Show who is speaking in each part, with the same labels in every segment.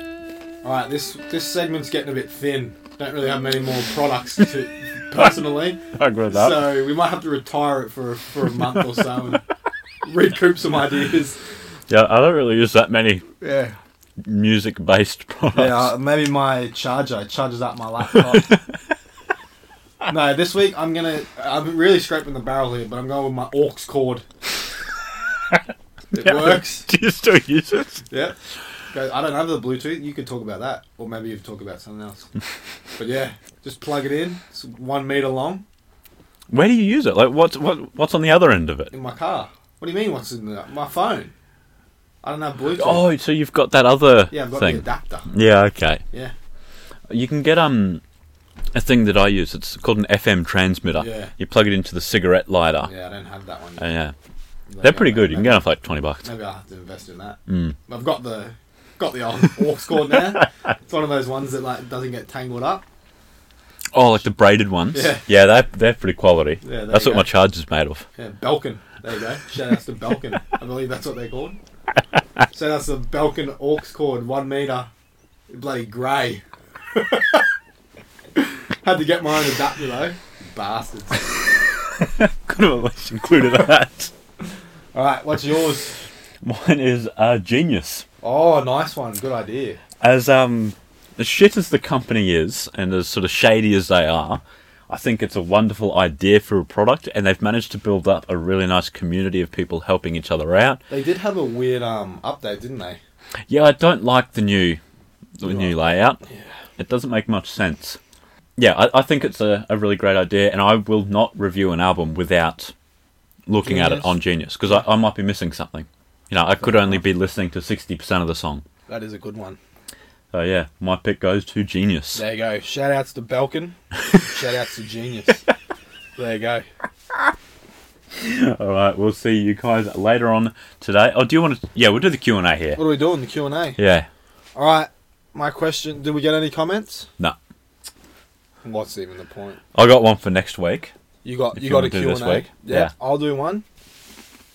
Speaker 1: All right, this this segment's getting a bit thin. Don't really have many more products to, personally,
Speaker 2: I agree with that.
Speaker 1: so we might have to retire it for for a month or so and recoup some ideas.
Speaker 2: yeah, I don't really use that many
Speaker 1: Yeah,
Speaker 2: music based products.
Speaker 1: yeah. uh, Maybe my charger charges up my laptop. no, this week I'm gonna. I'm really scraping the barrel here, but I'm going with my aux cord. It
Speaker 2: Yeah.
Speaker 1: works.
Speaker 2: Do you still use it?
Speaker 1: Yeah. Go- I don't have the Bluetooth. You could talk about that, or maybe you could talk about something else. but yeah, just plug it in. It's one meter long
Speaker 2: Where do you use it? Like, what's what, what's on the other end of it?
Speaker 1: in my car. What do you mean? What's in the, my phone? I don't have Bluetooth.
Speaker 2: Oh, so you've got that other
Speaker 1: yeah, I've got
Speaker 2: thing.
Speaker 1: the adapter.
Speaker 2: Yeah, okay.
Speaker 1: Yeah,
Speaker 2: You can get um a thing that I use. It's called an FM transmitter.
Speaker 1: Yeah.
Speaker 2: You plug it into the cigarette lighter.
Speaker 1: yeah. I don't have that one.
Speaker 2: Uh,
Speaker 1: Yet.
Speaker 2: yeah. They're pretty good. You can Hmm. get them for like twenty bucks.
Speaker 1: Maybe I have to invest in that. I've got the got the old aux cord now. It's one of those ones that like doesn't get tangled up.
Speaker 2: Oh, like the braided ones.
Speaker 1: Yeah.
Speaker 2: they're they're pretty quality.
Speaker 1: Yeah, there
Speaker 2: that's
Speaker 1: you
Speaker 2: what my
Speaker 1: go.
Speaker 2: charger's made of.
Speaker 1: Yeah, Belkin. There you go. Shout outs to Belkin. I believe that's what they're called. Shout outs to Belkin aux cord, one meter, bloody grey. Had to get my own adapter though. Bastards.
Speaker 2: Could have at least included that.
Speaker 1: All right, what's yours?
Speaker 2: Mine is uh, genius.
Speaker 1: Oh, nice one. Good idea.
Speaker 2: as um as shit as the company is and as sort of shady as they are, I think it's a wonderful idea for a product and they've managed to build up a really nice community of people helping each other out.
Speaker 1: They did have a weird um update, didn't they?
Speaker 2: Yeah, I don't like the new the new layout. It doesn't make much sense. Yeah, I, I think it's a, a really great idea and I will not review an album without looking at it
Speaker 1: Genius.
Speaker 2: on Genius because I, I might be missing something. You know, I could only be listening to sixty percent of the song.
Speaker 1: That is a good one.
Speaker 2: So yeah, my pick goes to Genius.
Speaker 1: There you go. Shout outs to Belkin. Shout outs to Genius. There you go.
Speaker 2: All right, we'll see you guys later on today. Oh, do you want to? Yeah, we'll do the Q and A here.
Speaker 1: What are we doing? The Q and A.
Speaker 2: Yeah,
Speaker 1: All right. My question. Did we get any comments?
Speaker 2: no,
Speaker 1: What's even the point?
Speaker 2: I got one for next week.
Speaker 1: You got
Speaker 2: If
Speaker 1: you
Speaker 2: you
Speaker 1: got a
Speaker 2: wanna do
Speaker 1: Q
Speaker 2: this
Speaker 1: and A.
Speaker 2: week. Yeah.
Speaker 1: I'll do one.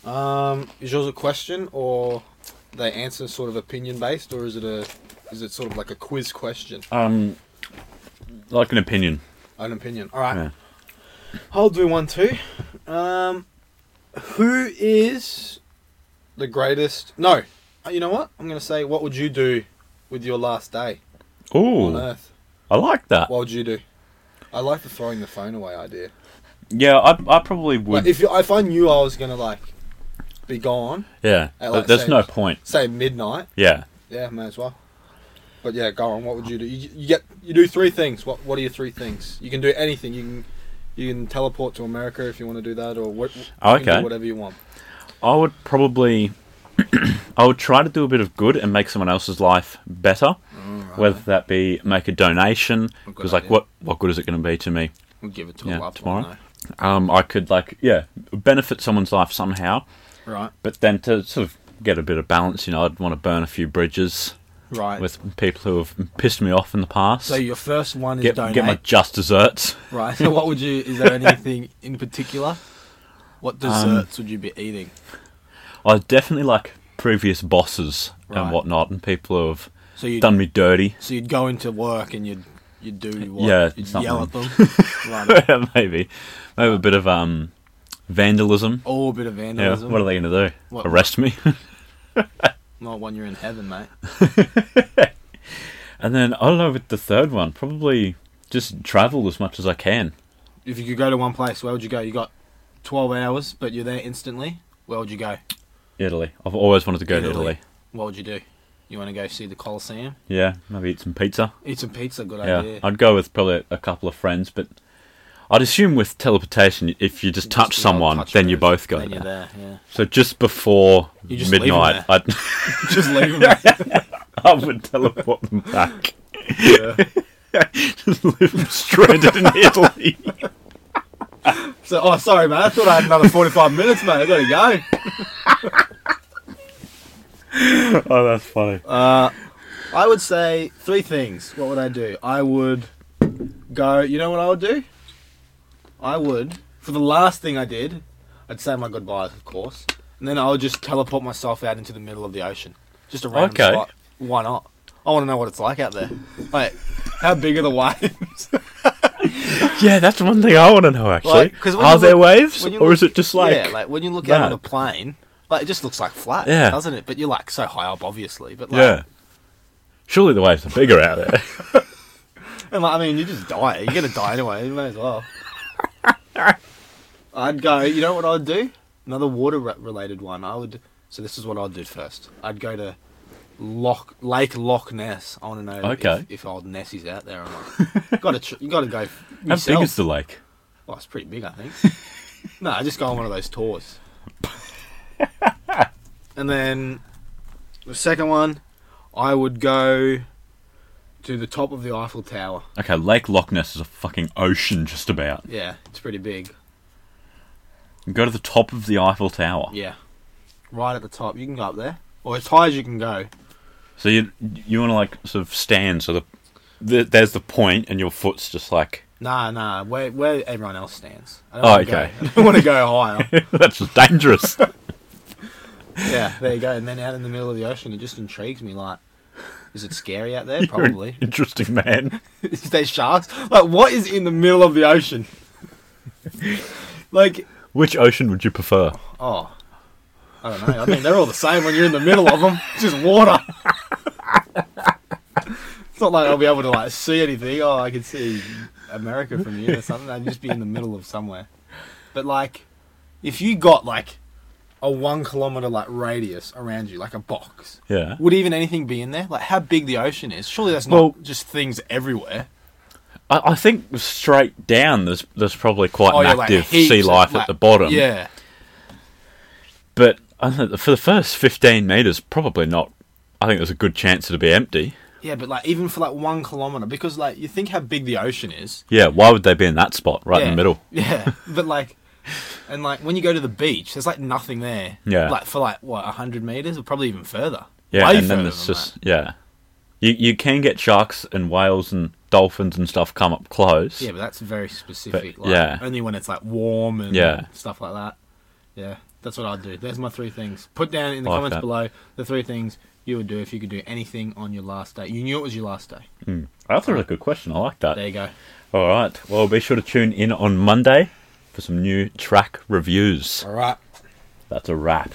Speaker 1: Um, is yours a question or they answer sort of opinion based, or is it a is it sort of like a quiz question?
Speaker 2: Um, like an opinion.
Speaker 1: An opinion. All right,
Speaker 2: Yeah.
Speaker 1: I'll do one too. Um, who is the greatest? No, Uh, you know what? I'm gonna say, what would you do with your last day on
Speaker 2: Ooh,
Speaker 1: Earth?
Speaker 2: I like that.
Speaker 1: What would you do? I like the throwing the phone away idea.
Speaker 2: Yeah, I, I probably would.
Speaker 1: Like if you, if I knew I was gonna like be gone,
Speaker 2: yeah,
Speaker 1: I
Speaker 2: but
Speaker 1: like
Speaker 2: there's
Speaker 1: saying-
Speaker 2: no point.
Speaker 1: say midnight.
Speaker 2: Yeah,
Speaker 1: Yeah, may as well. But yeah, go on. What would you do? You, you get you do three things. What What are your three things? You can do anything. You can you can teleport to America if you want to do that, or what?
Speaker 2: Oh,
Speaker 1: you can do
Speaker 2: okay.
Speaker 1: whatever you want.
Speaker 2: I would probably. I would try to do a bit of good and make someone else's life better, whether that be make a donation.
Speaker 1: Good
Speaker 2: Because like,
Speaker 1: idea.
Speaker 2: what what good is it going to be to me?
Speaker 1: We'll give it to
Speaker 2: a Yeah, loved one, tomorrow. Um, I could like yeah benefit someone's life somehow.
Speaker 1: Right.
Speaker 2: But then to sort of get a bit of balance, you know, I'd want to burn a few bridges
Speaker 1: Right.
Speaker 2: with people who have pissed me off in the past.
Speaker 1: so your first one is
Speaker 2: get,
Speaker 1: donate.
Speaker 2: get my just desserts.
Speaker 1: Right. So what would you? Is there anything in particular? What
Speaker 2: Um,
Speaker 1: desserts would you be eating?
Speaker 2: I definitely like previous bosses
Speaker 1: Right.
Speaker 2: and whatnot, and people who have
Speaker 1: So you
Speaker 2: done me dirty.
Speaker 1: so you'd go into work and you'd you'd do what?
Speaker 2: Yeah,
Speaker 1: you'd
Speaker 2: something.
Speaker 1: yell at them. right.
Speaker 2: maybe, maybe a bit of um vandalism.
Speaker 1: Or a bit of
Speaker 2: Yeah,
Speaker 1: vandalism.
Speaker 2: what are they going to do?
Speaker 1: What-
Speaker 2: Arrest me?
Speaker 1: Not when you're in heaven, mate.
Speaker 2: and then I don't know with the third one, probably just travel as much as I can.
Speaker 1: if you could go to one place, where would you go? You got 12 hours, but you're there instantly. Where would you go?
Speaker 2: Italy. I've always wanted to go to
Speaker 1: Italy.
Speaker 2: Italy.
Speaker 1: What would you do? You want to go see the Colosseum?
Speaker 2: Yeah, maybe eat some pizza.
Speaker 1: Eat some pizza, good
Speaker 2: yeah,
Speaker 1: idea.
Speaker 2: I'd go with probably a couple of friends, but I'd assume with teleportation, if you just touch
Speaker 1: Just, you know,
Speaker 2: someone,
Speaker 1: touch
Speaker 2: then you
Speaker 1: friends,
Speaker 2: both go
Speaker 1: Then
Speaker 2: there.
Speaker 1: you're there, yeah.
Speaker 2: So just before
Speaker 1: You just leave 'em
Speaker 2: midnight, I'd,
Speaker 1: Just leave them.
Speaker 2: I would teleport them back. just leave them stranded in Italy.
Speaker 1: so, oh, sorry, mate. I thought I had another 45 minutes, mate. i got to
Speaker 2: oh, that's funny.
Speaker 1: go. Uh, I would say three things. What would I do? I would go, you know what I would do? I would, for the last thing I did, I'd say my goodbyes, of course. And then I would just teleport myself out into the middle of the ocean. Just a random
Speaker 2: Okay.
Speaker 1: spot. Why not? I want to know what it's like out there. Like, how big are the waves?
Speaker 2: Yeah, that's one thing I want to know actually.
Speaker 1: Like, 'cause when
Speaker 2: Are
Speaker 1: you
Speaker 2: there
Speaker 1: look-
Speaker 2: waves,
Speaker 1: when you
Speaker 2: or
Speaker 1: look-
Speaker 2: is it just like?
Speaker 1: yeah, like when you look out on
Speaker 2: that?
Speaker 1: a plane, like it just looks like flat,
Speaker 2: Yeah.
Speaker 1: doesn't it? But you're like so high up, obviously. But like,
Speaker 2: yeah. Surely the waves are bigger out there.
Speaker 1: and like, I mean, you just die. You're gonna die anyway. You may as well. I'd go. You know what I'd do? Another water re- related one. I would. So this is what I'd do first. I'd go to Loch Lake Loch Ness. I want to know
Speaker 2: Okay.
Speaker 1: if, if old Nessie's out there or not. got to. Tr- you got to go.
Speaker 2: How
Speaker 1: yourself.
Speaker 2: big is the lake?
Speaker 1: Well, it's pretty big, I think. no, I just go on one of those tours. and then the second one, I would go to the top of the Eiffel Tower.
Speaker 2: Okay, Lake Loch Ness is a fucking ocean just about.
Speaker 1: Yeah, it's pretty big.
Speaker 2: Go to the top of the Eiffel Tower.
Speaker 1: Yeah. Right at the top. You can go up there. Or as high as you can go.
Speaker 2: So you you want to like sort of stand so the, the there's the point and your foot's just like
Speaker 1: Nah, nah, where, where everyone else stands. I don't
Speaker 2: Oh,
Speaker 1: wanna
Speaker 2: okay.
Speaker 1: Go, I don't want to go higher.
Speaker 2: that's just dangerous.
Speaker 1: yeah, there you go. And then out in the middle of the ocean, it just intrigues me. Like, is it scary out
Speaker 2: You're
Speaker 1: there?
Speaker 2: an
Speaker 1: Probably.
Speaker 2: interesting man.
Speaker 1: Is there sharks? Like, what is in the middle of the ocean? like,
Speaker 2: Which ocean would you prefer?
Speaker 1: oh, I don't know. I mean, they're all the same when you're in the middle of them. It's just water. it's not like I'll be able to like see anything. Oh, I can see America from here or something. I'd just be in the middle of somewhere. But like, if you got like a one kilometer like radius around you, like a box,
Speaker 2: Yeah.
Speaker 1: would even anything be in there? Like, how big the ocean is? Surely that's not
Speaker 2: Well-
Speaker 1: just things everywhere.
Speaker 2: I, I think straight down there's there's probably quite
Speaker 1: Oh,
Speaker 2: an
Speaker 1: yeah, like
Speaker 2: active
Speaker 1: heaps
Speaker 2: sea
Speaker 1: of,
Speaker 2: life
Speaker 1: like-
Speaker 2: at the bottom.
Speaker 1: Yeah.
Speaker 2: But I don't know, for the first fifteen meters, probably not. I think there's a good chance it'll be empty.
Speaker 1: Yeah, but like even for like one kilometer, because like you think how big the ocean is.
Speaker 2: Yeah. Why would they be in that spot right in
Speaker 1: Yeah.
Speaker 2: the middle?
Speaker 1: Yeah, but like, and like when you go to the beach, there's like nothing there.
Speaker 2: Yeah.
Speaker 1: Like for like what hundred meters, or probably even further.
Speaker 2: Yeah.
Speaker 1: Way
Speaker 2: and then
Speaker 1: further
Speaker 2: there's
Speaker 1: than
Speaker 2: just yeah. You you can get sharks and whales and dolphins and stuff come up close.
Speaker 1: that. yeah, but that's very specific.
Speaker 2: But,
Speaker 1: like,
Speaker 2: yeah.
Speaker 1: Only when it's like warm and
Speaker 2: Yeah.
Speaker 1: stuff like that. Yeah, that's what I'd do. There's my three things. Put down in the
Speaker 2: Like
Speaker 1: comments
Speaker 2: that.
Speaker 1: below the three things you would do if you could do anything on your last day. You knew it was your last day.
Speaker 2: Hmm. That's a really good question. I like that.
Speaker 1: There you go.
Speaker 2: All right. Well, be sure to tune in on Monday for some new track reviews.
Speaker 3: All right.
Speaker 2: That's a wrap.